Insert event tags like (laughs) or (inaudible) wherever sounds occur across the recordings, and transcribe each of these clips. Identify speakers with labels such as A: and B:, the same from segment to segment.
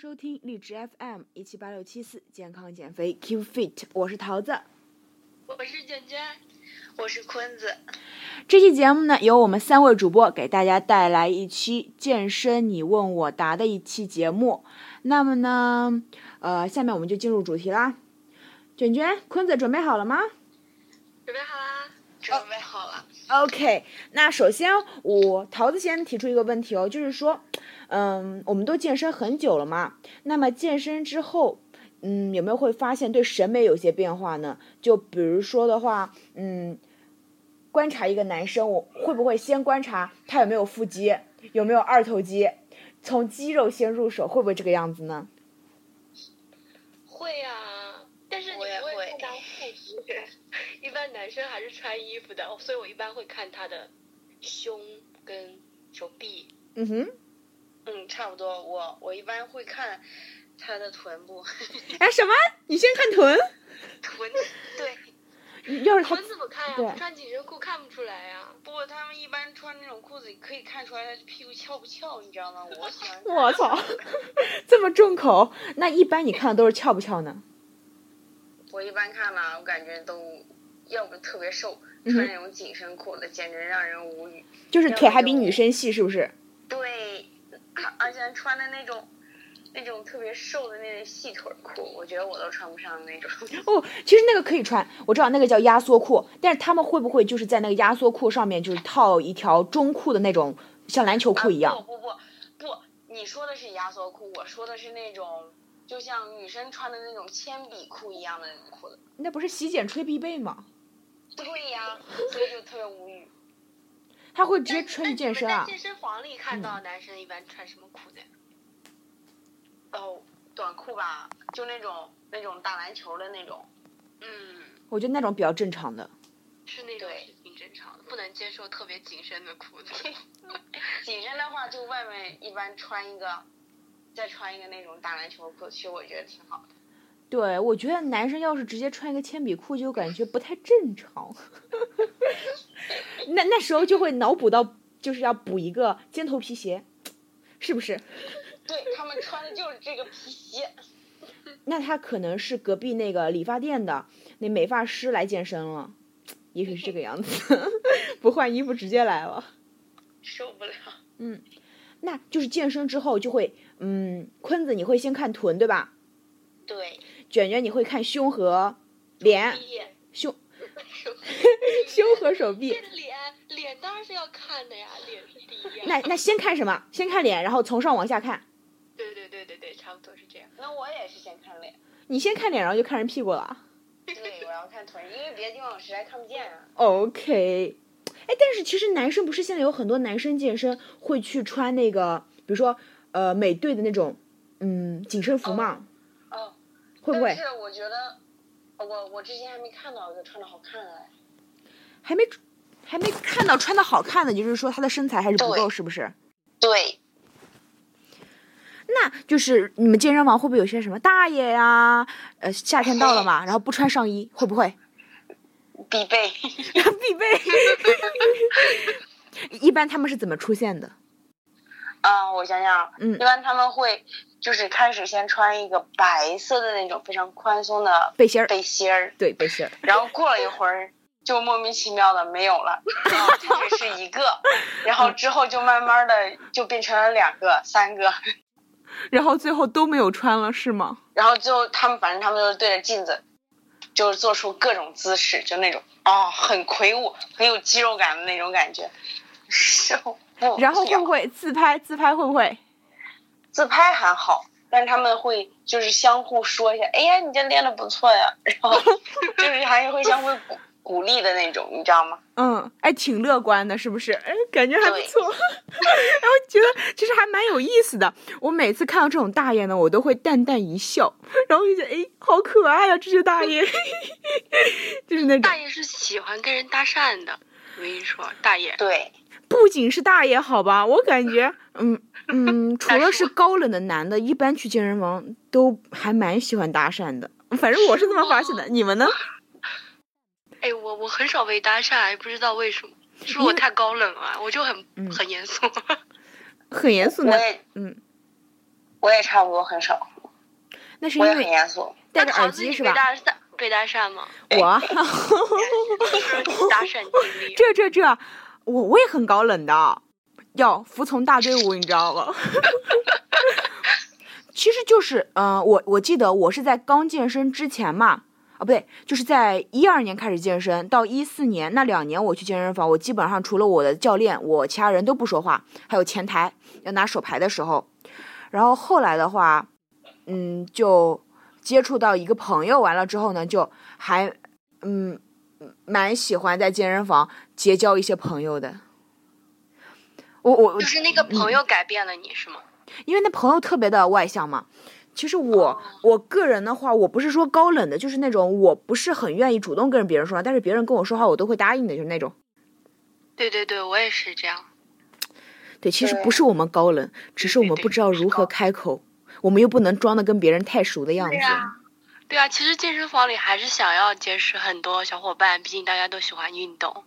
A: 收听荔枝 FM 一七八六七四健康减肥 Keep Fit，我是桃子。
B: 我是卷卷，我是坤子。
A: 这期节目呢，由我们三位主播给大家带来一期健身你问我答的一期节目。那么呢，呃，下面我们就进入主题啦。卷卷、坤子准备好了吗？
B: 准备好啦？准备好了。
C: 哦
A: OK，那首先我桃子先提出一个问题哦，就是说，嗯，我们都健身很久了嘛，那么健身之后，嗯，有没有会发现对审美有些变化呢？就比如说的话，嗯，观察一个男生，我会不会先观察他有没有腹肌，有没有二头肌，从肌肉先入手，会不会这个样子呢？
B: 会啊，但是你不
C: 我也
B: 会
C: 会
B: 看他腹肌。 (laughs) 一般男生还是穿衣服的，所以我一般会看他的胸跟手臂。
A: 嗯哼，
C: 嗯，差不多。我我一般会看他的臀部，
A: 哎，什么？你先看臀？
C: (laughs) 臀对。
A: 要是他
B: 臀怎么看呀、
A: 对
B: 不穿紧身裤看不出来呀、
C: 不过他们一般穿那种裤子，可以看出来他屁股翘不翘，你知道吗？我喜 (laughs) 欢看
A: 我 (laughs) 操，这么重口，那一般你看的都是翘不翘呢？
C: 我一般看吧，我感觉都要不特别瘦，
A: 嗯哼
C: 穿那种紧身裤子简直让人无语。
A: 就是腿还比
B: 啊
A: 女生细，是不是？
C: 对，啊而且穿的那种。那种特别瘦的那种细腿裤，我觉得我都穿不上那种。
A: 哦，其实那个可以穿，我知道那个叫压缩裤，但是他们会不会就是在那个压缩裤上面就是套一条中裤的那种，像篮球裤一样？
C: 啊、不不不不，你说的是压缩裤，我说的是那种就像女生穿的那种铅笔裤一样的那种裤子。
A: 那不是洗剪吹必备吗？
C: 对呀、所以就特别无语。
A: 他会直
B: 但
A: 接
B: 是
A: 穿去
B: 那你
A: 健
B: 们
A: 身
B: 在
A: 啊？嗯
B: 健身房里看到男生一般穿什么裤子呀？
C: 哦，短裤吧，就那种那种打篮球的那种。
B: 嗯，
A: 我觉得那种比较正常的。
B: 是那种
C: 对
B: 是挺正常的，不能接受特别紧身的裤子。 (laughs)
C: 紧身的话，就外面一般穿一个，再穿一个那种打篮球裤，其实我觉得挺好的。
A: 对，我觉得男生要是直接穿一个铅笔裤，就感觉不太正常。 (laughs) 那那时候就会脑补到，就是要补一个尖头皮鞋，是不是？
C: 对他们穿的就是这个皮鞋。
A: 那他可能是隔壁那个理发店的那美发师来健身了，也许是这个样子， (laughs) 不换衣服直接来了。
C: (laughs) 受不了，
A: 那就是健身之后就会，嗯，坤子你会先看臀对吧？
C: 对，
A: 卷卷你会看胸和脸，
B: 脸
A: 啊
B: (laughs)
A: 胸
B: 手臂
A: 胸和手臂
B: 这。脸脸当然是要看的呀，脸是第一呀。啊
A: 那那先看什么？先看脸，然后从上往下看。
B: 对对对对对，差不多是这样。
C: 那我也是先看脸，
A: 你先看脸，然后就看人屁股了。
C: 对，我要看臀，因为别的地方我实在看不见啊。
A: OK，哎，但是其实男生不是现在有很多男生健身会去穿那个，比如说呃美队的那种，嗯，紧身服嘛，
C: 哦，
A: 会不会
C: 但是我觉得，我我之前还没看到一个穿的好看啊的嘞。
A: 还没还没看到穿的好看的，就是说他的身材还是不够，
C: 对
A: 是不是？
C: 对，
A: 那就是你们健身房会不会有些什么大爷呀、呃，夏天到了嘛，然后不穿上衣，会不会 (laughs)
C: 必备。
A: 必备？ (laughs) 一般他们是怎么出现的？
C: (laughs) 啊，我想想，
A: 嗯
C: 一般他们会就是开始先穿一个白色的那种非常宽松的
A: 背心儿，
C: 背心儿，
A: 对背心儿。
C: 然后过了一会儿就莫名其妙的没有了，啊，这只是一个，然后之后就慢慢的就变成了两个、三个，
A: 然后最后都没有穿了，是吗？
C: 然后最后他们反正他们就是对着镜子，就是做出各种姿势，就那种啊、很魁梧、很有肌肉感的那种感觉，受不
A: 然后会
C: 了
A: 不会自拍？自拍会不会？
C: 自拍还好，但是他们会就是相互说一下，哎呀，你这练的不错呀， (laughs) 然后就是还是会相互鼓鼓励的那种，你知道吗？
A: 嗯，哎，挺乐观的，是不是？哎，感觉还不
C: 对
A: 错。 (laughs) 哎，我觉得其实还蛮有意思的。我每次看到这种大爷呢，我都会淡淡一笑，然后就觉得哎，好可爱呀、这些大爷， (laughs) 就是那种
B: 大爷是喜欢跟人搭讪的，我跟你说，大爷
A: (laughs)
C: 对，
A: 不仅是大爷，好吧，我感觉，
B: (laughs)
A: 嗯嗯，除了是
B: 大叔
A: 高冷的男的，一般去健身房都还蛮喜欢搭讪的。反正我是这么发现的，你们呢？
B: 哎，我我很少被搭讪，不知道为什么，是不是
A: 因为
B: 我太高冷了，我就很、
A: 嗯
B: 很严肃。
A: 很严肃
C: 我
A: 呢，
C: 也
A: 嗯，
C: 我也差不多很少，
A: 那是因
C: 我也很
A: 为
C: 严肃。
A: 戴着
B: 那
A: 耳
B: 桃子
A: 机
B: 你
A: 是
B: 被
A: 吧？
B: 搭讪被搭哎讪
A: (laughs)
B: 吗？
A: 我啊
B: 就是搭讪经历。
A: 这这这，我我也很高冷的，要服从大队伍，你知道吗？ (laughs) 其实就是，嗯、我我记得我是在刚健身之前嘛，啊不对，就是在一二年开始健身，到一四年那两年我去健身房，我基本上除了我的教练，我其他人都不说话，还有前台要拿手牌的时候，然后后来的话，嗯，就接触到一个朋友，完了之后呢，就还嗯蛮喜欢在健身房结交一些朋友的。我我我
B: 就是那个朋友改变了你是吗？
A: 因为那朋友特别的外向嘛。其实我我个人的话，我不是说高冷的，就是那种我不是很愿意主动跟别人说话，但是别人跟我说话，我都会答应的，就是那种。
B: 对对对，我也是这样。
A: 对，其实
C: 对
A: 不是我们高冷，只是我们
B: 对对
A: 不知道如何开口，我们又不能装的跟别人太熟的样子。
B: 对啊，其实健身房里还是想要结识很多小伙伴，毕竟大家都喜欢运动。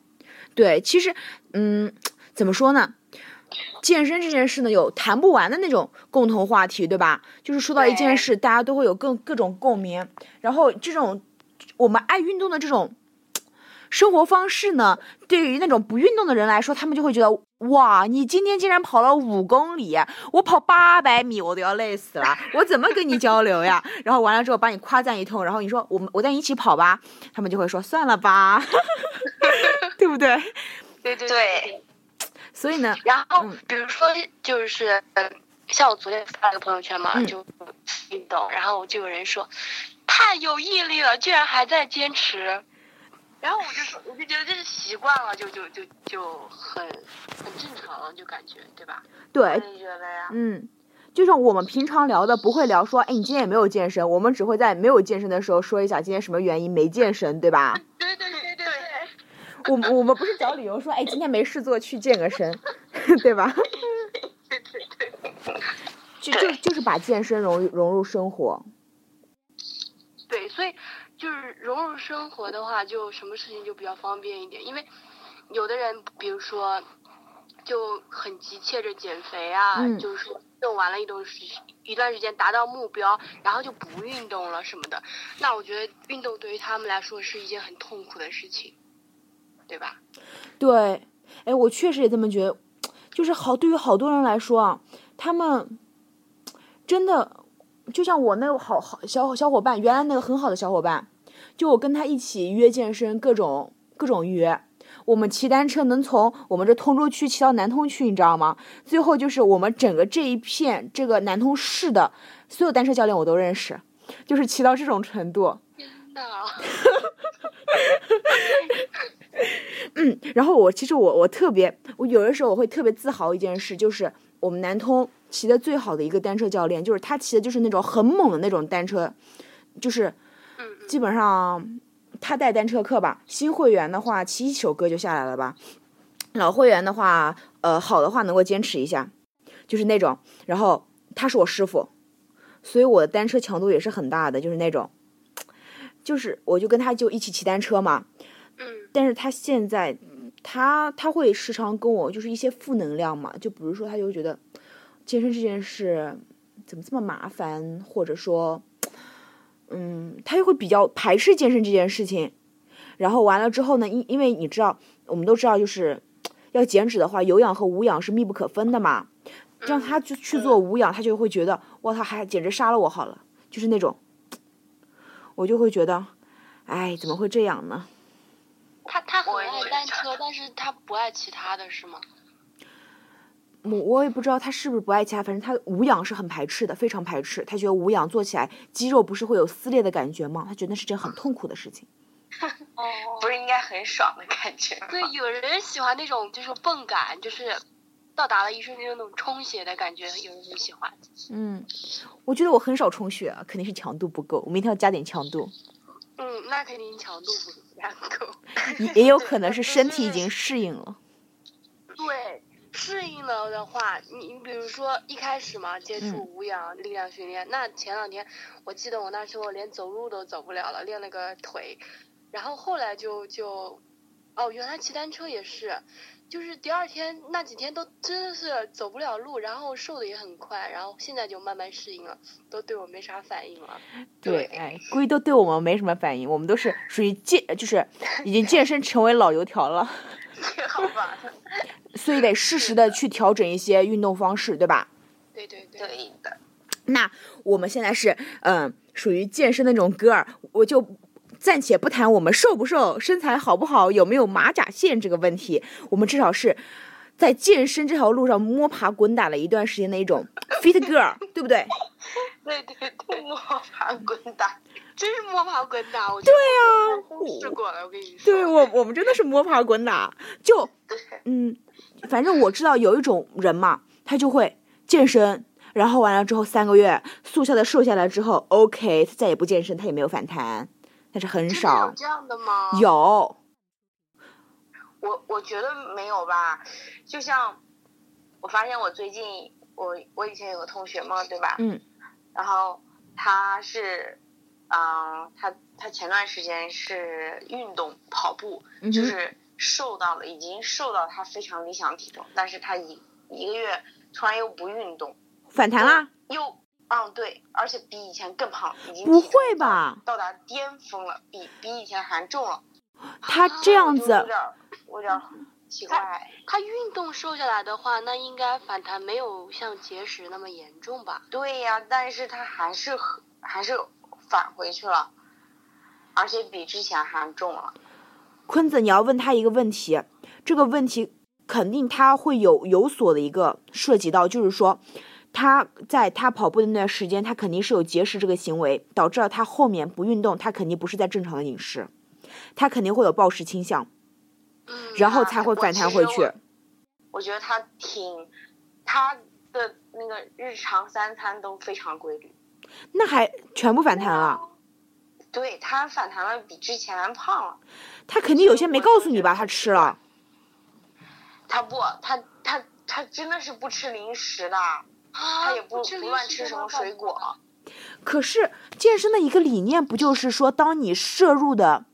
A: 对，其实，嗯，怎么说呢？健身这件事呢，有谈不完的那种共同话题，对吧？就是说到一件
C: 对
A: 事，大家都会有各各种共鸣。然后这种我们爱运动的这种生活方式呢，对于那种不运动的人来说，他们就会觉得哇，你今天竟然跑了五公里，我跑八百米我都要累死了，我怎么跟你交流呀？ (laughs) 然后完了之后把你夸赞一通，然后你说我们我带你一起跑吧，他们就会说算了吧， (laughs) 对不对？
B: 对对
C: 对。
A: 所以呢，
B: 然后
A: 嗯
B: 比如说就是，呃像我昨天发了个朋友圈嘛，
A: 嗯
B: 就运动，然后就有人说太有毅力了，居然还在坚持。然后我就说，我就觉得这是习惯了，就就就就很很正常了，就感觉对吧？
A: 对，
C: 你觉得呀？
A: 嗯，就像我们平常聊的，不会聊说，哎，你今天也没有健身，我们只会在没有健身的时候说一下今天什么原因没健身，对吧？
B: 对对对对对。
A: 我们我们不是找理由说，哎，今天没事做去健个身， (laughs) 对吧？就就就是把健身融入融入生活，
B: 对，所以就是融入生活的话，就什么事情就比较方便一点，因为有的人，比如说就很急切着减肥啊，
A: 嗯
B: 就是说运动完了一段时一段时间达到目标，然后就不运动了什么的。那我觉得运动对于他们来说是一件很痛苦的事情，对吧？
A: 对，哎，我确实也这么觉得，就是好，对于好多人来说啊，他们真的就像我那个好好小小伙伴，原来那个很好的小伙伴，就我跟他一起约健身，各种各种约。我们骑单车能从我们这通州区骑到南通区，你知道吗？最后就是我们整个这一片这个南通市的所有单车教练我都认识，就是骑到这种程度。
B: 那
A: 嗯，然后我其实我我特别，我有的时候我会特别自豪一件事，就是我们南通骑的最好的一个单车教练，就是他骑的就是那种很猛的那种单车，就是
B: 嗯嗯
A: 基本上他带单车课吧，新会员的话骑一首歌就下来了吧，老会员的话，呃，好的话能够坚持一下，就是那种。然后他是我师傅，所以我的单车强度也是很大的，就是那种，就是我就跟他就一起骑单车嘛，
B: 嗯，
A: 但是他现在，他他会时常跟我就是一些负能量嘛，就比如说他就会觉得健身这件事怎么这么麻烦，或者说，嗯，他就会比较排斥健身这件事情。然后完了之后呢，因因为你知道，我们都知道，就是要减脂的话，有氧和无氧是密不可分的嘛。让他去去做无氧，他就会觉得哇，他还简直杀了我好了，就是那种，我就会觉得，哎，怎么会这样呢？
B: 他他很
C: 我也
B: 爱
C: 是
B: 单车，但是他不爱其他的是吗？
A: 我我也不知道他是不是不爱骑，反正他无氧是很排斥的，非常排斥。他觉得无氧做起来肌肉不是会有撕裂的感觉吗？他觉得那是件很痛苦的事情。
B: 哦
C: 不是应该很爽的感觉吗？
B: 对，有人喜欢那种就是泵感，就是到达了一瞬间那种充血的感觉，有人很喜欢。
A: 嗯，我觉得我很少充血啊，肯定是强度不够，我明天要加点强度。
B: 嗯，那肯定强度不然 (laughs) 够。
A: 也也有可能是身体已经适应了。
B: 对，适应了的话，你你比如说一开始嘛，接
A: 嗯
B: 触无氧力量训练，那前两天我记得我那时候连走路都走不了了，练了个腿，然后后来就就，哦，原来骑单车也是，就是第二天那几天都真的是走不了路，然后瘦的也很快，然后现在就慢慢适应了，都对我没啥反应了。
A: 对，哎，估计都对我们没什么反应，我们都是属于健，就是已经健身成为老油条了，
C: (laughs)
B: 好吧，
A: 所以得适时的去调整一些运动方式，对吧？
B: 对对对，
C: 对的，
A: 那我们现在是嗯、属于健身的那种歌儿，我就暂且不谈我们瘦不瘦、身材好不好、有没有马甲线这个问题，我们至少是在健身这条路上摸爬滚打了一段时间的一种 fit girl，对不对？
B: 对对对，摸爬滚打，真是摸爬滚打。我对呀、都试过了，我跟你说。
A: 啊 (laughs) 对我，我们真的是摸爬滚打，就嗯，反正我知道有一种人嘛，他就会健身，然后完了之后三个月速效的瘦下来之后，OK，他再也不健身，他也没有反弹，但是很
B: 真的
A: 少
B: 有这样的吗？
A: 有，
C: 我我觉得没有吧，就像我发现我最近我我以前有个同学嘛，对吧？
A: 嗯
C: 然后他是，嗯、他他前段时间是运动跑步，
A: 嗯哼
C: 就是瘦到了，已经瘦到他非常理想的体重，但是他一一个月突然又不运动，
A: 反弹啦。
C: 又嗯对，而且比以前更胖，已经
A: 不
C: 体重
A: 会吧？
C: 到达巅峰了，比比以前还重了。
A: 他啊这样
C: 啊我就有
A: 子，
C: 点儿我有
A: (laughs)
C: 点儿奇怪，
B: 他运动瘦下来的话，那应该反弹没有像节食那么严重吧？
C: 对呀、但是他还是很还是返回去了，而且比之前还重了。
A: 坤子，你要问他一个问题，这个问题肯定他会有有所的一个涉及到，就是说。他在他跑步的那段时间，他肯定是有节食这个行为，导致了他后面不运动，他肯定不是在正常的饮食，他肯定会有暴食倾向，
B: 嗯，
A: 然后才会反弹回
C: 我其实
A: 去
C: 我。我觉得他挺他的那个日常三餐都非常规律，
A: 那还全部反弹了？
C: 对他反弹了，比之前还胖了。
A: 他肯定有些没告诉你吧？他吃了，
C: 他不，他他他真的是不吃零食的，
B: 啊，
C: 他也不
B: 这
C: 不
B: 里
C: 乱
B: 是
C: 吃
B: 个
C: 什么
B: 饭
C: 水果。啊
A: 可是健身的一个理念不就是说，当你摄入的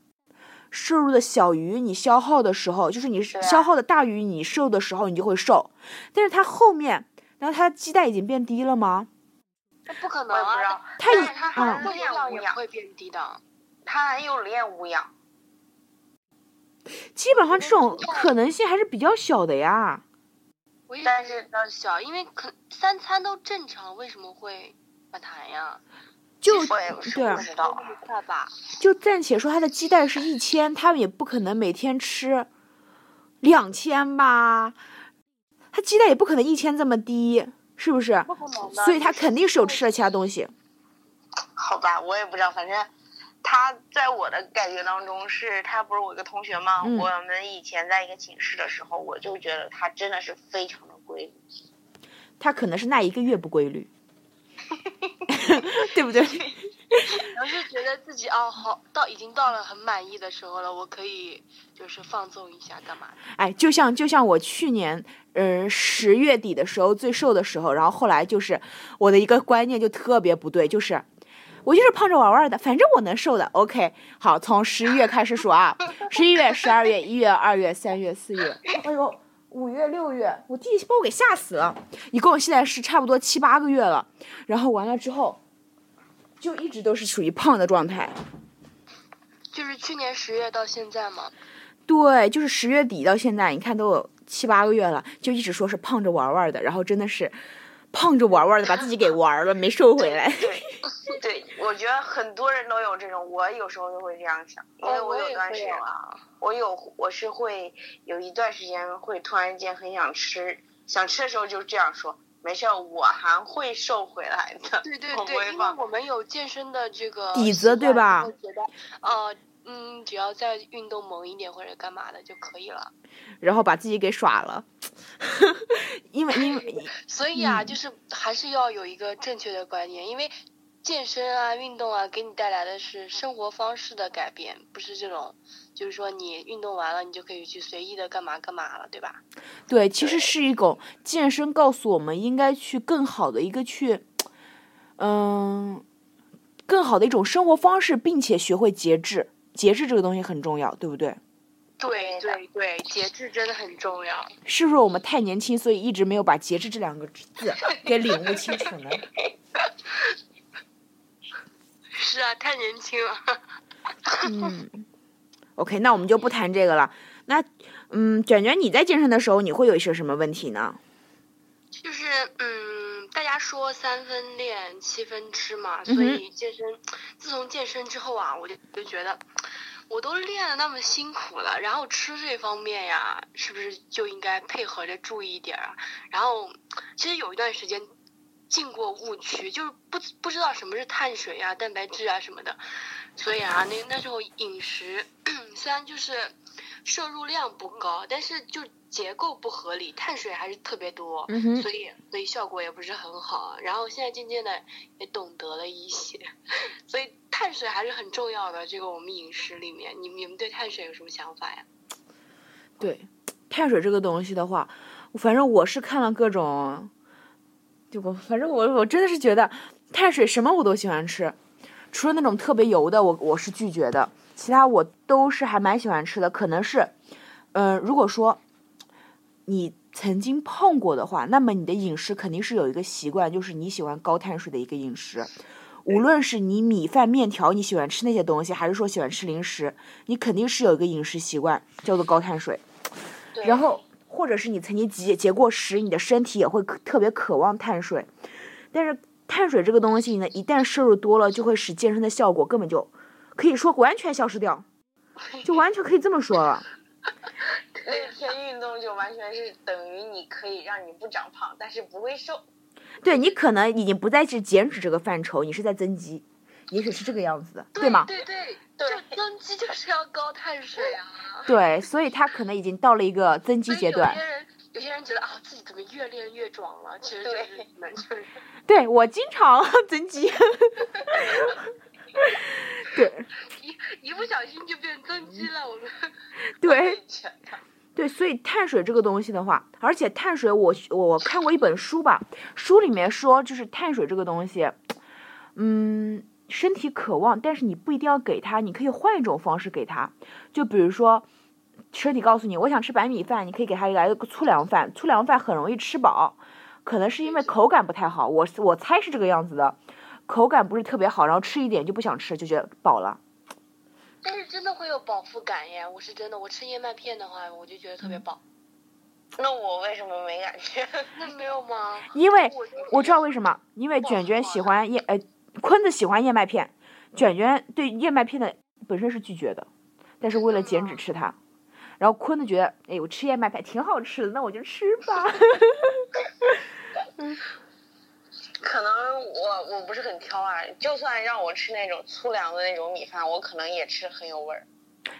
A: 摄入的小于你消耗的时候，就是你
C: 啊
A: 消耗的大于你摄入的时候，你就会瘦。但是它后面，然后它基带已经变低了吗？
B: 那不可
C: 我
B: 能
C: 也不知道
B: 啊，，
A: 他
C: 但
A: 以
C: 是他
A: 嗯
C: 还是
B: 热
C: 练
B: 量
C: 无
B: 也不
C: 氧，
B: 会变低的。
C: 他还有练无氧。
A: 基本上这种可能性还是比较小的呀。
B: 我一
C: 但
B: 直
C: 是
B: 到小，因为可三餐都正常，为什么会反弹呀？
A: 就
C: 我也是
A: 对啊
C: 不知道
B: 那，么快吧？
A: 就暂且说它的基带是一千，它也不可能每天吃两千吧，它基带也不可能一千这么低，是不是？
B: 不可能
A: 所以它肯定是有吃了其他东西。
C: 好吧，我也不知道，反正。他在我的感觉当中是，他不是我一个同学嘛，
A: 嗯
C: 我们以前在一个寝室的时候，我就觉得他真的是非常的规律。
A: 他可能是那一个月不规律，对不对？
B: 我是觉得自己哦，好到已经到了很满意的时候了，我可以就是放纵一下，干嘛的？
A: 哎，就像就像我去年，嗯、十月底的时候最瘦的时候，然后后来就是我的一个观念就特别不对，就是我就是胖着玩玩的，反正我能瘦的。OK，好，从十一月开始数啊，十一月、十二月、一月、二月、三月、四月，哎呦，五月、六月，我弟把我给吓死了。一共现在是差不多七八个月了，然后完了之后，就一直都是处于胖的状态。
B: 就是去年十月到现在嘛，
A: 对，就是十月底到现在，你看都有七八个月了，就一直说是胖着玩玩的，然后真的是胖着玩玩的，把自己给玩了，没瘦回来。 (laughs)
C: 对，对，我觉得很多人都有这种，我有时候就会这样想，因为
B: 哦我
C: 有
B: 也
C: 段
B: 会
C: 时间，
B: 啊
C: 我有我是会有一段时间会突然间很想吃，想吃的时候就这样说，没事儿，我还会瘦回来的。
B: 对对
C: 我不
B: 对，
C: 会
B: 因为
C: 放
B: 我们有健身的这个
A: 底
B: 习
A: 子对
B: 惯
A: 吧
B: 就会觉得，呃，嗯，只要再运动猛一点或者干嘛的就可以了。
A: 然后把自己给耍了， (laughs) 因为因为
B: 所以啊，就是还是要有一个正确的观念，因为健身啊、运动啊，给你带来的是生活方式的改变，不是这种，就是说你运动完了，你就可以去随意的干嘛干嘛了，对吧？
A: 对，其实是一种健身告诉我们应该去更好的一个去，嗯，更好的一种生活方式，并且学会节制，节制这个东西很重要，对不对？
B: 对
C: 对的
B: 对对，节制真的很重要。
A: 是不是我们太年轻，所以一直没有把“节制”这两个字给领悟清楚呢？
B: 是啊，太年轻了。
A: 嗯，OK，那我们就不谈这个了。那，嗯，卷卷，你在健身的时候，你会有一些什么问题呢？
B: 就是嗯，大家说三分练七分吃嘛，
A: 嗯哼
B: 所以健身，自从健身之后啊，我就就觉得，我都练的那么辛苦了，然后吃这方面呀，是不是就应该配合着注意一点啊？然后其实有一段时间进过误区，就是不不知道什么是碳水啊、蛋白质啊什么的，所以啊，那那时候饮食 (clears throat) 虽然就是摄入量不高，但是就结构不合理，碳水还是特别多。
A: 嗯哼，
B: 所以所以效果也不是很好。然后现在渐渐的也懂得了一些， (laughs) 所以碳水还是很重要的。这个我们饮食里面，你们你们对碳水有什么想法呀？
A: 对，碳水这个东西的话，反正我是看了各种，就我反正我我真的是觉得碳水什么我都喜欢吃，除了那种特别油的，我我是拒绝的，其他我都是还蛮喜欢吃的。可能是，嗯、如果说你曾经胖过的话，那么你的饮食肯定是有一个习惯，就是你喜欢高碳水的一个饮食。无论是你米饭、面条，你喜欢吃那些东西，还是说喜欢吃零食，你肯定是有一个饮食习惯，叫做高碳水。
B: 对
A: 然后或者是你曾经节节过食，你的身体也会渴特别渴望碳水，但是碳水这个东西呢，一旦摄入多了，就会使健身的效果根本就可以说完全消失掉，就完全可以这么说了。
C: 那天运动就完全是 (laughs) 等于你可以让你不长胖，但是不会瘦。
A: 对你可能已经不再是减脂这个范畴，你是在增肌，也许是这个样子的，对吗？
B: 对对，
C: 对
B: 就增肌就是要高碳水啊。
A: 对，所以他可能已经到了一个增肌
B: 所以
A: 阶段
B: 有。些人有些人觉得啊，自己怎么越练越壮了，其实就是你们就是 (laughs)
A: 对我经常 (laughs) 增肌，对
B: 一一不小心就变增肌了。我们
A: 对，
C: 全
A: 对，所以碳水这个东西的话，而且碳水我我我看过一本书吧，书里面说就是碳水这个东西，嗯，身体渴望，但是你不一定要给它，你可以换一种方式给它，就比如说。身体告诉你，我想吃白米饭，你可以给它来个粗粮饭。粗粮饭很容易吃饱，可能是因为口感不太好，我我猜是这个样子的，口感不是特别好，然后吃一点就不想吃，就觉得饱了。
B: (laughs) 但是真的会有饱腹感耶，我是真的，我吃燕麦片的话，我就觉得特别饱。
C: 那我为什么没
B: (laughs)
C: 感觉？
B: 那没有吗？
A: 因为
B: 我就
A: 我知道为什么，因为
B: 不
A: 卷
B: 好
A: 卷
B: 吃
A: 喜
B: 吗
A: 欢燕呃，坤子喜欢燕麦片，卷卷对燕麦片的本身是拒绝的，但是为了减脂吃它。然后坤子觉得，哎，我吃燕麦片挺好吃的，那我就吃吧。 (laughs)
C: 可能我我不是很挑啊，就算让我吃那种粗粮的那种米饭，我可能也吃很有味儿。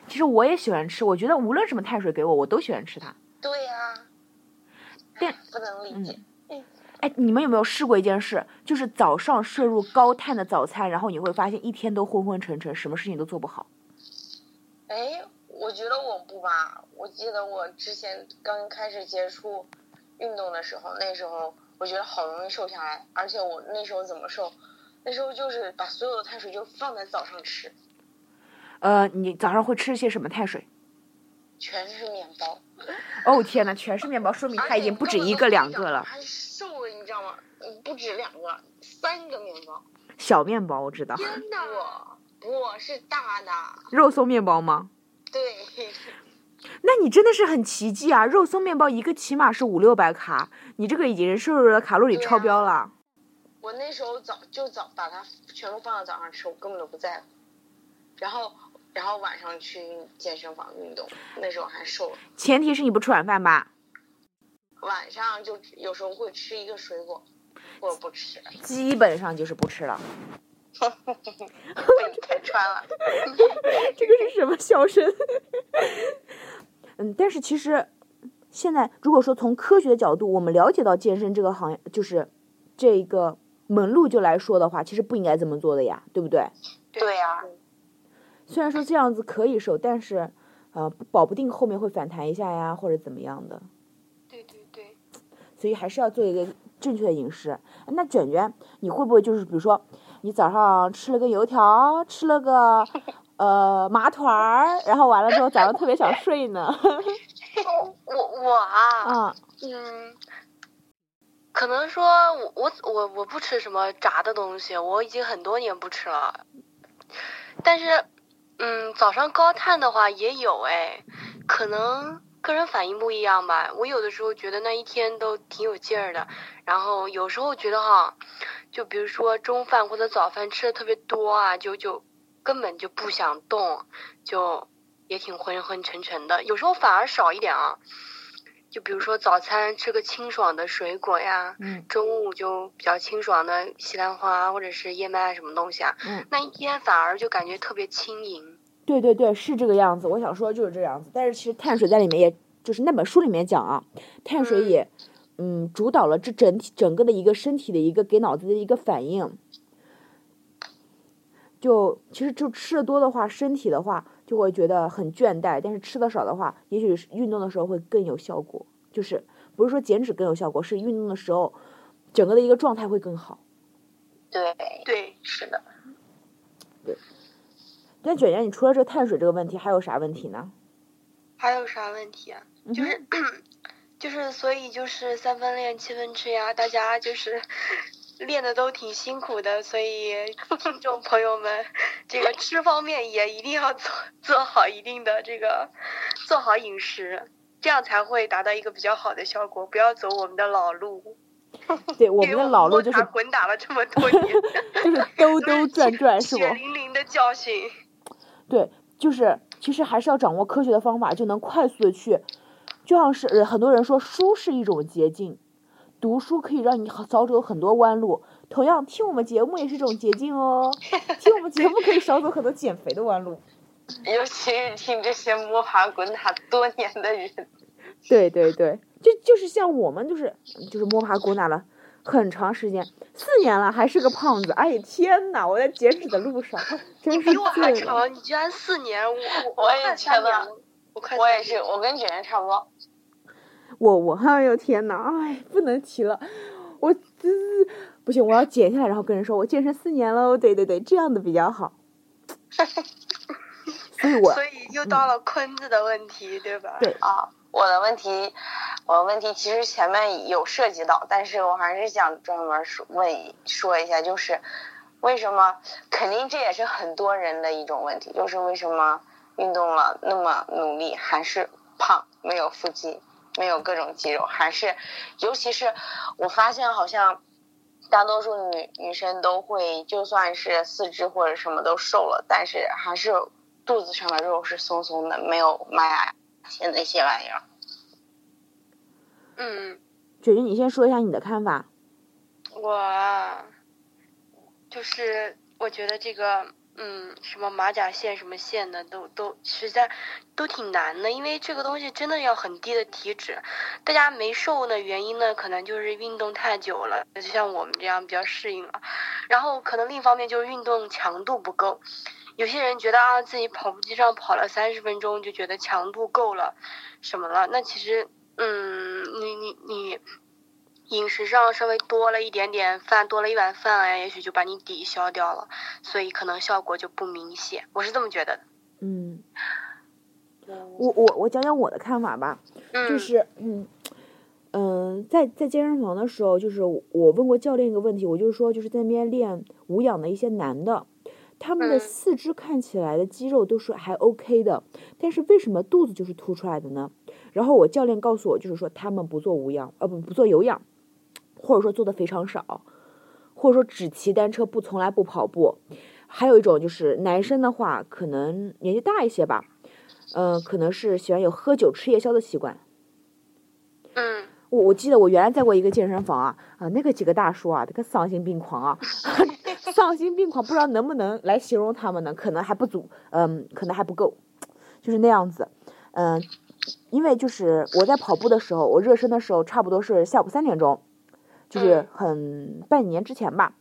A: 其实我也喜欢吃，我觉得无论什么碳水给我，我都喜欢吃它。
C: 对呀、
A: 但
C: 不能理解。
A: 哎，你们有没有试过一件事，就是早上摄入高碳的早餐，然后你会发现一天都昏昏沉沉，什么事情都做不好。嗯
C: 哎，我觉得我不吧，我记得我之前刚开始接触运动的时候，那时候我觉得好容易瘦下来，而且我那时候怎么瘦？那时候就是把所有的碳水就放在早上吃，
A: 呃，你早上会吃些什么碳水？
C: 全是面包。
A: 哦天呐，全是面包，说明它已经不止一个两个了。
C: 还瘦了，你知道吗？嗯，不止两个，三个面包。
A: 小面包我知道，
B: 天哪！
C: 不，我是大的。
A: 肉松面包吗？
C: 对，
A: 那你真的是很奇迹啊！肉松面包一个起码是五六百卡，你这个已经摄入的卡路里
C: 对啊
A: 超标了。
C: 我那时候早就早把它全部放到早上吃，我根本都不在乎。然后，然后晚上去健身房运动，那时候还瘦了。
A: 前提是你不吃晚饭吧？
C: 晚上就有 (laughs) 时候会吃一个水果，我不吃，
A: 基本上就是不吃了。
C: 被你看穿了。
A: 这个是什么笑声？ (laughs) 嗯，但是其实现在如果说从科学的角度，我们了解到健身这个行业，就是这一个门路就来说的话，其实不应该这么做的呀，对不对？
C: 对呀、
A: 虽然说这样子可以瘦，但是呃，保不定后面会反弹一下呀，或者怎么样的。
B: 对对对，
A: 所以还是要做一个正确的饮食。那
B: (laughs)
A: 卷卷，你会不会就是比如说，你早上吃了个油条，吃了个呃麻团儿，然后完了之后早上特别想睡呢。
B: 哦我我啊，
A: 啊，
B: 嗯，可能说我我我我不吃什么炸的东西，我已经很多年不吃了。但是，嗯，早上高碳的话也有哎，可能个人反应不一样吧。我有的时候觉得那一天都挺有劲儿的，然后有时候觉得哈，就比如说中饭或者早饭吃的特别多啊，就就根本就不想动，就也挺昏昏沉沉的。有时候反而少一点啊，就比如说早餐吃个清爽的水果呀，
A: 嗯
B: 中午就比较清爽的西兰花或者是燕麦什么东西啊，
A: 嗯
B: 那一天反而就感觉特别轻盈。
A: 对对对，是这个样子。我想说就是这样子，但是其实碳水在里面也，就是那本书里面讲啊，碳水
B: 嗯
A: 也，嗯，主导了这整体整个的一个身体的一个给脑子的一个反应。就其实就吃的多的话，身体的话就会觉得很倦怠，但是吃的少的话，也许是运动的时候会更有效果。就是不是说减脂更有效果，是运动的时候整个的一个状态会更好。
C: 对，
B: 对，
C: 是的。
A: 但卷卷，你除了这个碳水这个问题，还有啥问题呢？
B: 还有啥问题啊？就是、就是，所以就是三分练七分吃呀，大家就是 (laughs) 练的都挺辛苦的，所以听众朋友们，这个吃方面也一定要做做好一定的这个做好饮食，这样才会达到一个比较好的效果，不要走我们的老路。
A: 对，我们
B: 因为
A: 的老路就
B: 摸
A: 是
B: 爬滚打了这么多年，
A: (laughs)
B: (laughs)
A: 就是兜兜转转，是不？
B: 血淋淋的教训。
A: 对，就是其实还是要掌握科学的方法，就能快速的去，就像是呃很多人说书是一种捷径，读书可以让你好少走很多弯路。同样，听我们节目也是一种捷径
B: (laughs)
A: 哦，听我们节目可以少走很多减肥的弯路。
C: 尤其是听这些摸爬滚打多年的人，
A: 对对对，就就是像我们就是就是摸爬滚打了很长时间，四年了还是个胖子，哎天呐，我在减脂的路上真
B: 你
A: 是
B: 比我还
A: 醉了。
B: 长，你居然四年，我我
C: 我也
B: 快
C: 觉
B: 三年
C: 得
B: 了，我快
C: 我
B: 三
C: 也
B: 年
C: 是，
B: 了
C: 我跟卷卷差不多。
A: 我我 (laughs) 哎呦天呐，哎，不能提了，我这不行，我要减下来，然后跟人说我健身四年喽，对对对，这样的比较好。所以我嗯
B: 所以又到了坤子的问题，对吧？
A: 对
C: 啊，我的问题，我的问题其实前面有涉及到，但是我还是想专门说问一说一下，就是为什么？肯定这也是很多人的一种问题，就是为什么运动了那么努力还是胖，没有腹肌，没有各种肌肉，还是，尤其是我发现好像。大多数女女生都会，就算是四肢或者什么都瘦了，但是还是肚子上的肉是松松的，没有马牙现在一些玩意儿。
B: 嗯，
A: 卷卷，你先说一下你的看法。
B: 我啊就是我觉得这个，嗯，什么马甲线什么线的，都都实在都挺难的，因为这个东西真的要很低的体脂。大家没瘦的原因呢，可能就是运动太久了，就像我们这样比较适应了。然后可能另一方面就是运动强度不够，有些人觉得啊自己跑步机上跑了三十分钟就觉得强度够了，什么了？那其实，嗯，你你你饮食上稍微多了一点点饭，多了一碗饭哎，也许就把你抵消掉了，所以可能效果就不明显。我是这么觉得的。
A: 嗯，我我我讲讲我的看法吧。
B: 嗯，
A: 就是嗯嗯，在在健身房的时候，就是我我问过教练一个问题，我就是说，就是在那边练无氧的一些男的，他们的
B: 嗯
A: 四肢看起来的肌肉都是还 OK 的，但是为什么肚子就是凸出来的呢？然后我教练告诉我，就是说他们不做无氧，呃不不做有氧，或者说做的非常少，或者说只骑单车不从来不跑步。还有一种就是男生的话，可能年纪大一些吧，嗯、可能是喜欢有喝酒吃夜宵的习惯，
B: 嗯，
A: 我我记得我原来在过一个健身房啊啊，那个几个大叔啊，这个丧心病狂啊， (laughs) 丧心病狂，不知道能不能来形容他们呢？可能还不足，嗯，可能还不够，就是那样子，嗯，因为就是我在跑步的时候，我热身的时候差不多是下午三点钟，就是
B: 嗯
A: 很半年之前吧，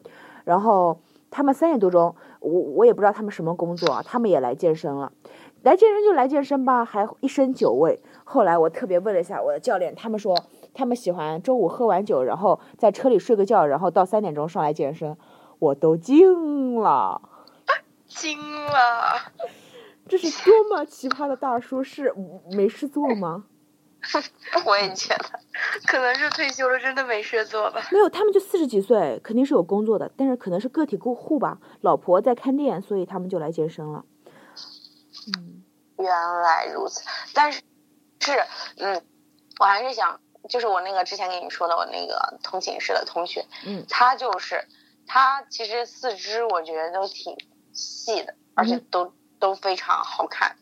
A: 然后他们三点多钟，我我也不知道他们什么工作啊，他们也来健身了。来健身就来健身吧，还一身酒味。后来我特别问了一下我的教练，他们说他们喜欢周五喝完酒，然后在车里睡个觉，然后到三点钟上来健身，我都惊了。
B: 惊了。
A: 这是多么奇葩的大叔，是没事做吗？
C: 我也觉得，
B: 可能是退休了，真的没事做吧。
A: 没有，他们就四十几岁，肯定是有工作的，但是可能是个体户户吧，老婆在看店，所以他们就来健身了。嗯，
C: 原来如此。但是，是，嗯，我还是想，就是我那个之前跟你说的，我那个同寝室的同学，
A: 嗯
C: 他就是他其实四肢我觉得都挺细的，而且
B: 嗯
C: 都、都非常好看，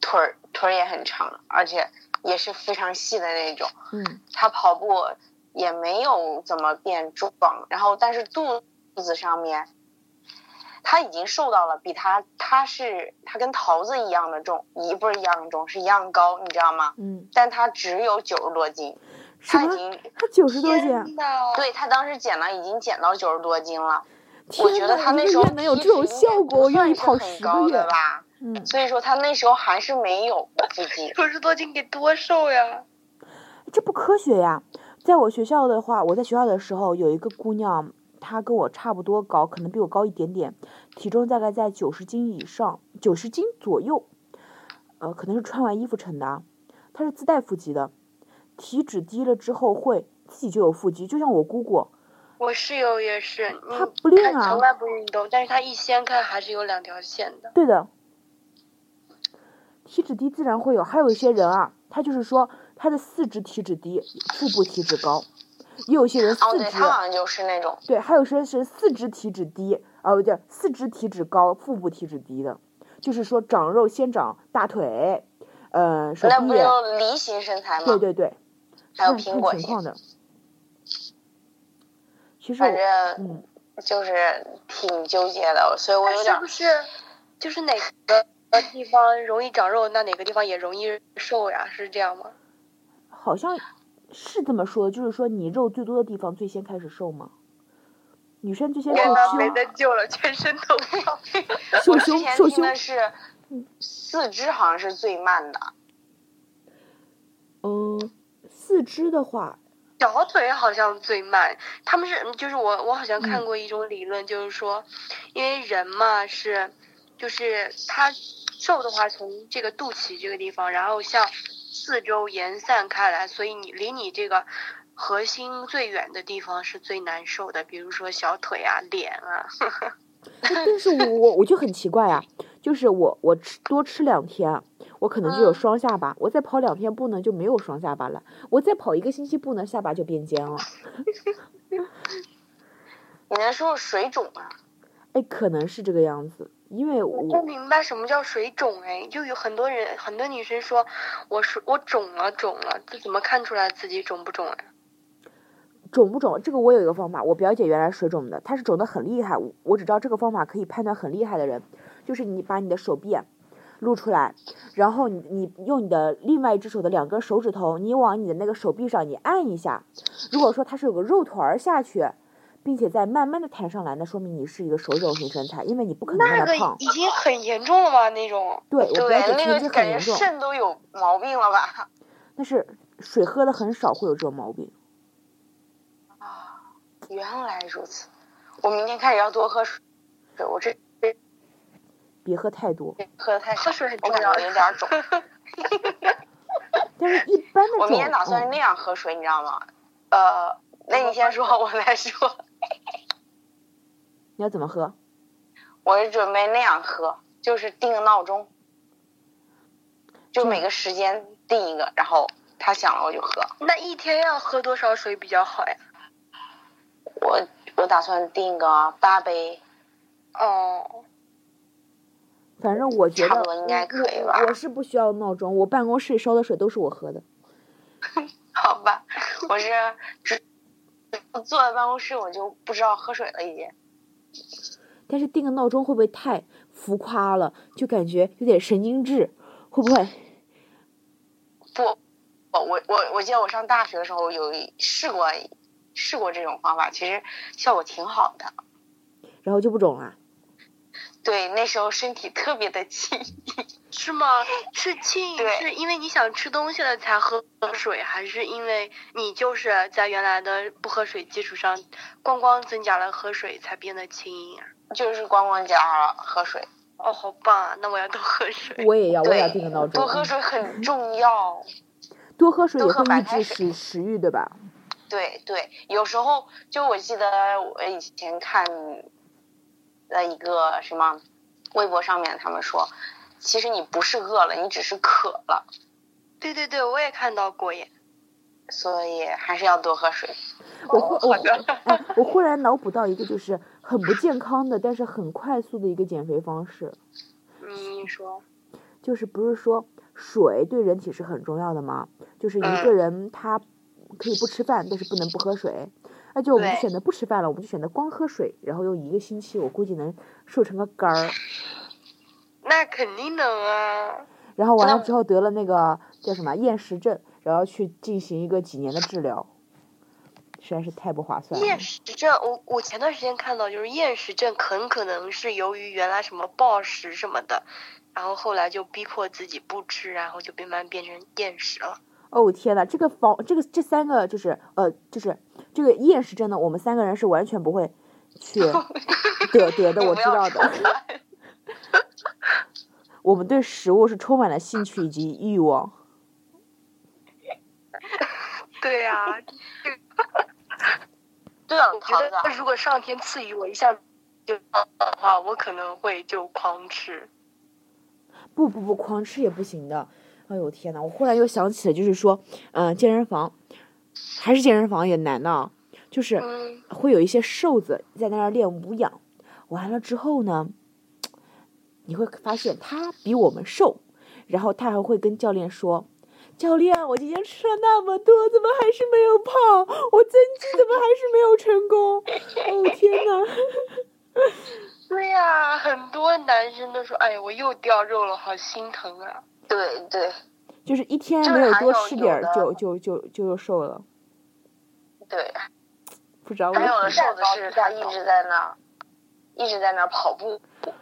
C: 腿儿腿儿也很长，而且也是非常细的那种。
A: 嗯
C: 他跑步也没有怎么变壮，然后但是肚子上面，他已经瘦到了比他他是他跟桃子一样的重，一不是一样重，是一样高，你知道吗？
A: 嗯，
C: 但他只有九十多斤，
A: 什
C: 他已
A: 么？
C: 经
A: 他九十多斤啊？
B: 天呐，
C: 对他当时减了，已经减到九十多斤了。我
A: 天
C: 觉得他
A: 呐，
C: 那
A: 一
C: 时
A: 个
C: 候
A: 月能有这种
C: 体脂
A: 效果，我
C: 应该
A: 愿意
C: 不
A: 跑
C: 算是很
A: 十
C: 高
A: 个
C: 的
A: 月。
C: 吧？
A: 嗯，
C: 所以说他那时候还是没有腹肌。
B: 九十多斤得多瘦呀！
A: 这不科学呀！在我学校的话，我在学校的时候有一个姑娘，她跟我差不多高，可能比我高一点点，体重大概在九十斤以上，九十斤左右，呃，可能是穿完衣服称的啊。她是自带腹肌的，体脂低了之后会自己就有腹肌，就像我姑姑，
B: 我室友也是，嗯
A: 她不练
B: 她
A: 啊
B: 从，来不运动，但是她一掀开还是有两条线的。
A: 对的，体脂低自然会有。还有一些人啊，他就是说他的四肢体脂低，腹部体脂高，也有些人四
C: 哦，
A: 肢、
C: 对他好像就是那种，
A: 对，还有说是四肢体脂低，啊，不对，四肢体脂高，腹部体脂低的，就是说长肉先长大腿，呃，手
C: 那
A: 臂
C: 不，就梨形身材吗？
A: 对对对，
C: 还有
A: 看
C: 苹
A: 看
C: 果
A: 情
C: 型
A: 况的。其实我
C: 反，正
A: 嗯，
C: 就是挺纠结的，所以我
A: 哎
B: 但
C: 有点
B: 是不是就是哪个地方容易长肉，那哪个地方也容易瘦呀？是这样吗？
A: 好像是这么说，就是说你肉最多的地方最先开始瘦嘛，女生最先
C: 天
A: 瘦
C: 呐
A: 胸
C: 没，
B: 得救了，全身都
A: (laughs)
B: 没有。
A: 瘦
C: 之
A: 胸，
C: 前
A: 瘦
C: 听
A: 胸
C: 的，是四肢好像是最慢的，
A: 嗯，四肢的话，
B: 小腿好像最慢，他们是就是我我好像看过一种理论，就是说，因为人嘛是，就是他瘦的话从这个肚脐这个地方，然后向四周延散开来，所以你离你这个核心最远的地方是最难受的，比如说小腿啊、脸啊。
A: 但是我我我就很奇怪啊，就是我我吃多吃两天，啊我可能就有
B: 嗯
A: 双下巴，我再跑两天步呢就没有双下巴了，我再跑一个星期步呢下巴就变尖了，
C: 你那时候水肿啊？
A: 哎，可能是这个样子，因为
B: 我不
A: 我
B: 明白什么叫水肿哎，就有很多人很多女生说我水我肿了肿了，这怎么看出来自己肿不肿啊呀、
A: 肿不肿，这个我有一个方法，我表姐原来水肿的，她是肿得很厉害，我我只知道这个方法可以判断很厉害的人，就是你把你的手臂啊露出来，然后你你用你的另外一只手的两根手指头，你往你的那个手臂上你按一下，如果说它是有个肉团儿下去，并且再慢慢的弹上来，那说明你是一个手肿型身材，因为你不可能
B: 那
A: 那
B: 个
A: 么胖。
B: 已经很严重了吧？那种
A: 对，我表姐体
C: 对，那
A: 质
C: 个
A: 很
C: 感
A: 严
C: 觉
A: 重，
C: 肾都有毛病了吧？ (laughs)
A: 但是水喝的很少会有这种毛病。
C: 原来如此，我明天开始要多喝水，我这
A: 别喝太多，
C: 喝的太少，
B: 喝水很
C: 我
B: 重
C: 感
B: 要
C: 觉有点
A: (laughs)
C: 肿。
A: 但是一般的肿，
C: 我明天打算是
A: 嗯
C: 那样喝水，你知道吗？呃，那你先说，我再说。 (laughs)
A: 你要怎么喝？
C: 我是准备那样喝，就是定个闹钟，就每个时间定一个，然后他响了我就喝。
B: 那一天要喝多少水比较好呀？
C: 我我打算定个八杯，
B: 哦，
A: 反正我觉得
C: 差不多应该可以吧
A: 我我是不需要闹钟，我办公室烧的水都是我喝的。
C: 好吧？我是只坐在办公室，我就不知道喝水了，已经。
A: 但是定个闹钟会不会太浮夸了？就感觉有点神经质，会不会？
C: 不，我我我我记得我上大学的时候有一试过试过这种方法，其实效果挺好的。
A: 然后就不肿啦？
C: 对，那时候身体特别的轻， (laughs)
B: 是吗？是庆
C: 对
B: 是因为你想吃东西了才喝水，还是因为你就是在原来的不喝水基础上，光光增加了喝水才变得轻盈啊？
C: 就是光光脚喝水。
B: 哦，好棒啊！那我要多喝水。
A: 我也要，我
C: 对
A: 也要定个闹钟。
C: 多喝水很重要。
A: 多喝水也
C: 多喝
A: 会
C: 白
A: 抑
C: 开
A: 制
C: 水
A: 食食欲，对
C: (laughs)
A: 吧？
C: 对对，有时候就我记得我以前看的一个什么微博上面，他们说，其实你不是饿了，你只是渴了，
B: 对对对，我也看到过耶。
C: 所以还是要多喝水。
A: 我
C: 哦
A: 忽我忽哎，我忽然脑补到一个就是很不健康的，但是很快速的一个减肥方式，
B: 嗯，你说，
A: 就是不是说水对人体是很重要的吗？就是一个
C: 嗯
A: 人他可以不吃饭，但是不能不喝水。那就我们就
B: 对
A: 选择不吃饭了，我们就选择光喝水，然后用一个星期，我估计能瘦成个杆儿。
B: 那肯定能啊。
A: 然后完
C: 那
A: 了之后得了那个叫什么厌食症，然后去进行一个几年的治疗，实在是太不划算了。
B: 厌食症，我我前段时间看到，就是厌食症很可能是由于原来什么暴食什么的，然后后来就逼迫自己不吃，然后就慢慢变成厌食了。
A: 哦天呐，这个防这个这三个就是呃就是这个厌食症呢，我们三个人是完全不会去得得的，我知道的。我们对食物是充满了兴趣以及欲望。
B: 对 (laughs) 啊，
C: 对啊，
B: 我觉
C: 桃子，
B: 得如果上天赐予我一项就的话，我可能会就狂吃。
A: 不不不，狂吃也不行的。哎呦天呐，我忽然又想起了，就是说，嗯、健身房还是健身房也难呐，就是。
B: 嗯，
A: 会有一些瘦子在那儿练无氧，完了之后呢，你会发现他比我们瘦，然后他还会跟教练说：“教练，我今天吃了那么多，怎么还是没有胖？我增肌怎么还是没有成功？”哦天哪！
B: 对呀、很多男生都说：“哎呀，我又掉肉了，好心疼啊。
C: 对对
A: 就是一天
C: 就是
A: 没有
C: 还
A: 多
C: 有
A: 吃
C: 有
A: 点儿
C: 的
A: 就就就就又瘦了，
C: 对，
A: 不知道为
C: 还
A: 什
C: 有
A: 么
C: 的瘦子是他一直在那儿，一直在那儿跑步。其实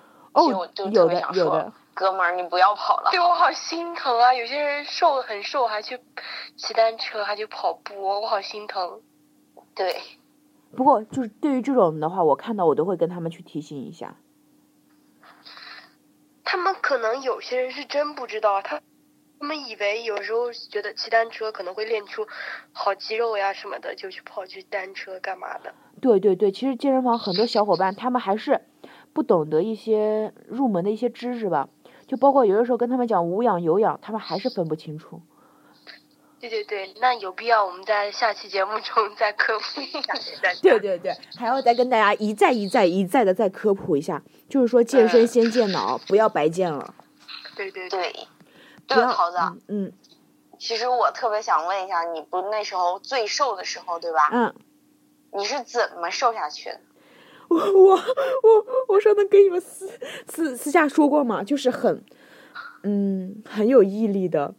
C: 我
A: 哦
C: 就，特
A: 有
C: 别
A: 的
C: 想
A: 有
C: 说
A: 的，，
C: 哥们儿，你不要跑了
B: 对。我好心疼啊！有些人瘦很瘦，还去骑单车，还去跑步，我好心疼。
C: 对，
A: 不过就是对于这种的话，我看到我都会跟他们去提醒一下。
B: 他们可能有些人是真不知道，他他们以为有时候觉得骑单车可能会练出好肌肉呀什么的，就去跑去单车干嘛的。
A: 对对对，其实健身房很多小伙伴他们还是不懂得一些入门的一些知识吧，就包括有的时候跟他们讲无氧、有氧，他们还是分不清楚。
B: 对对对，那有必要我们在下期节目中再科普一下给大家。
A: 对对对，还要再跟大家一再一再一再的再科普一下，就是说健身
B: 嗯
A: 先健脑，不要白健了，
B: 对对对，
C: 对，
A: 不
C: 对
A: 要
C: 了，桃子，啊
A: 嗯
C: 其实我特别想问一下，你不那时候最瘦的时候，对吧？
A: 嗯，
C: 你是怎么瘦下去的？
A: 我我我我上次跟你们私私私下说过嘛，就是很嗯很有毅力的。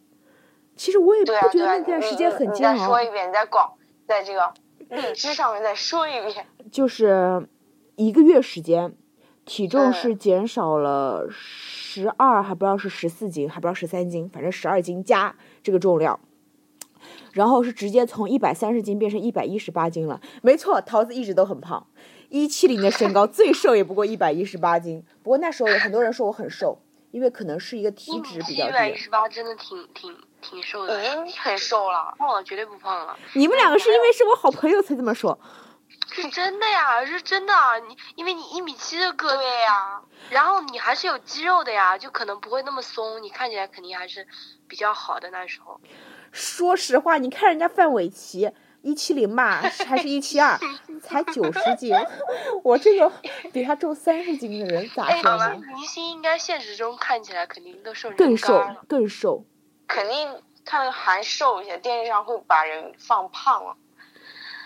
A: 其实我也不
C: 对啊，
A: 觉
C: 对
A: 得
C: 啊，
A: 那
C: 你
A: 段时间很
C: 你
A: 煎
C: 再
A: 熬。
C: 说一遍，你再广，在这个荔枝上面再说一遍。
A: 就是一个月时间，体重
C: 嗯
A: 是减少了十二，还不知道是十四斤，还不知道十三斤，反正十二斤加这个重量。然后是直接从一百三十斤变成一百一十八斤了，没错，桃子一直都很胖，一七零的身高，最瘦也不过一百一十八斤。不过那时候有很多人说我很瘦，因为可能是一个体脂比较
B: 一百一
A: 低。
B: 十八真的挺挺挺瘦
C: 已
B: 的，
C: 经很瘦了，
B: 胖了绝对不胖了，
A: 你们两个是因为是我好朋友才这么说，
B: 是真的呀，是真的啊。你因为你一米七的个子，
C: 对呀、
B: 然后你还是有肌肉的呀，就可能不会那么松，你看起来肯定还是比较好的那时候。
A: 说实话，你看人家范玮琪一七零吧，还是一七二，才九十斤，我这个比他重三十斤的人咋 (laughs)
B: 哎，
A: 说
B: 好了，
A: 呢？
B: 明星应该现实中看起来肯定都瘦成
A: 更
B: 杆
A: 瘦
B: 儿了，
A: 更瘦。
C: 肯定看着还瘦一些，电视上会把人放胖了。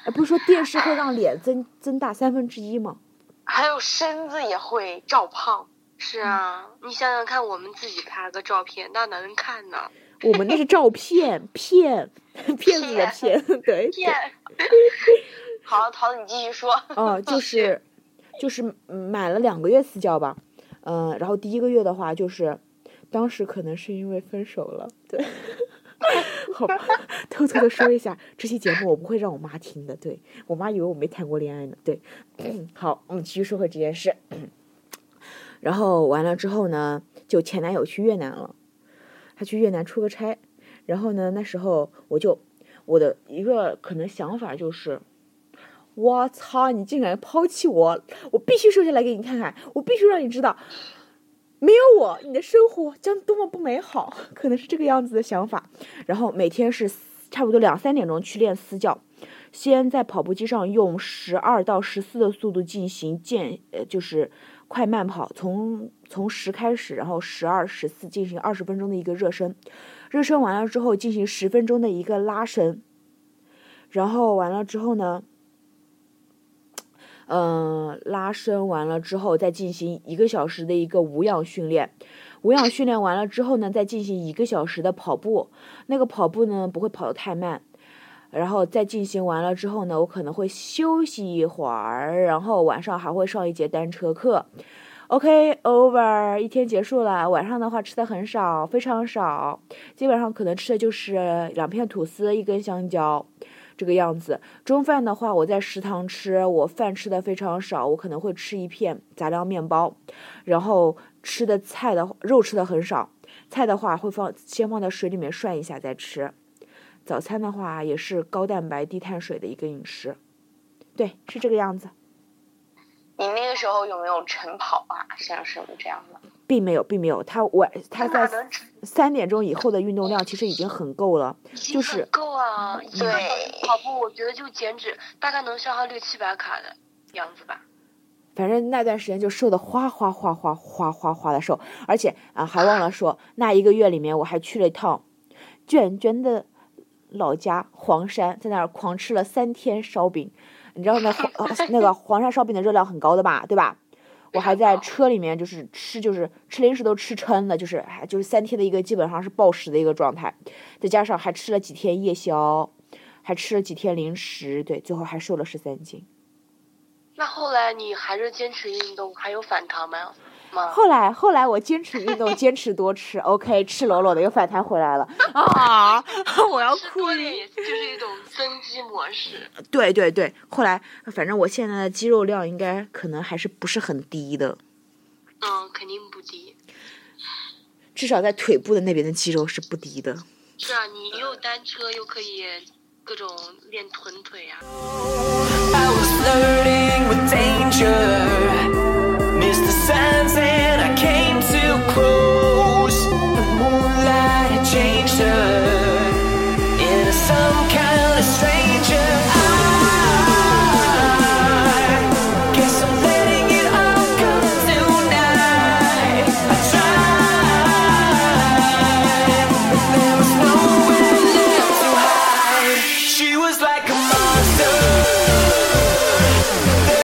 A: 哎，不是说电视会让脸增增大三分之一吗？
C: 还有身子也会照胖，
B: 是啊，你想想看，我们自己拍个照片，那能看呢？
A: 我们那是照片， (laughs) 骗骗子的骗， (laughs) 对，对
C: 好，桃子你继续说。
A: 哦，就是就是嗯买了两个月私教吧，嗯、然后第一个月的话就是，当时可能是因为分手了，对，好吧，偷偷的说一下，这期节目我不会让我妈听的，对嗯我妈以为我没谈过恋爱呢，对，好，我们继续说回这件事。 (clears throat) 然后完了之后呢，就前男友去越南了，他去越南出个差，然后呢，那时候我就我的一个可能想法就是，我操，你竟然抛弃我，我必须瘦下来给你看看，我必须让你知道，没有我，你的生活将多么不美好，可能是这个样子的想法。然后每天是差不多两三点钟去练私教，先在跑步机上用十二到十四的速度进行健，呃，就是快慢跑，从从十开始，然后十二、十四进行二十分钟的一个热身，热身完了之后进行十分钟的一个拉伸，然后完了之后呢，嗯，拉伸完了之后，再进行一个小时的一个无氧训练。无氧训练完了之后呢，再进行一个小时的跑步。那个跑步呢，不会跑得太慢。然后再进行完了之后呢，我可能会休息一会儿，然后晚上还会上一节单车课。OK，over，、一天结束了。晚上的话吃的很少，非常少，基本上可能吃的就是两片吐司，一根香蕉。这个样子。中饭的话，我在食堂吃，我饭吃的非常少，我可能会吃一片杂粮面包，然后吃的菜的肉吃的很少，菜的话会放先放到水里面涮一下再吃。早餐的话也是高蛋白低碳水的一个饮食，对，是这个样子，
C: 你那个时候有没有晨跑啊，像什么这样的？
A: 并没有，并没有，他晚他
B: 哪
A: 在
B: 能吃
A: 三点钟以后的运动量其实已经很够了，
B: 已
A: 就
B: 经
A: 是
B: 很够啊！一个
C: 对
B: 跑步，我觉得就减脂大概能消耗六七百卡的样子吧。
A: 反正那段时间就瘦的哗哗哗哗哗哗哗的瘦，而且啊还忘了说，那一个月里面我还去了一趟卷卷的老家黄山，在那儿狂吃了三天烧饼。你知道那黄、啊那个黄山烧饼的热量很高的吧，对吧？我还在车里面就是吃就是吃零食都吃撑了，就是还就是三天的一个基本上是暴食的一个状态，再加上还吃了几天夜宵，还吃了几天零食，对，最后还瘦了十三斤。
B: 那后来你还是坚持运动，还有反弹吗？吗？
A: 后来后来我坚持运动，坚持多吃，OK，赤裸裸的又反弹回来了 (laughs) 啊！我要
B: 吃
A: 哭
B: 多了
A: 了。
B: 也就是一种增肌模式。
A: (laughs) 对对对，后来反正我现在的肌肉量应该可能还是不是很低的，
B: 嗯，肯定不低。
A: 至少在腿部的那边的肌肉是不低的。
B: 是啊，你又单车又可以各种练臀腿啊。
D: I was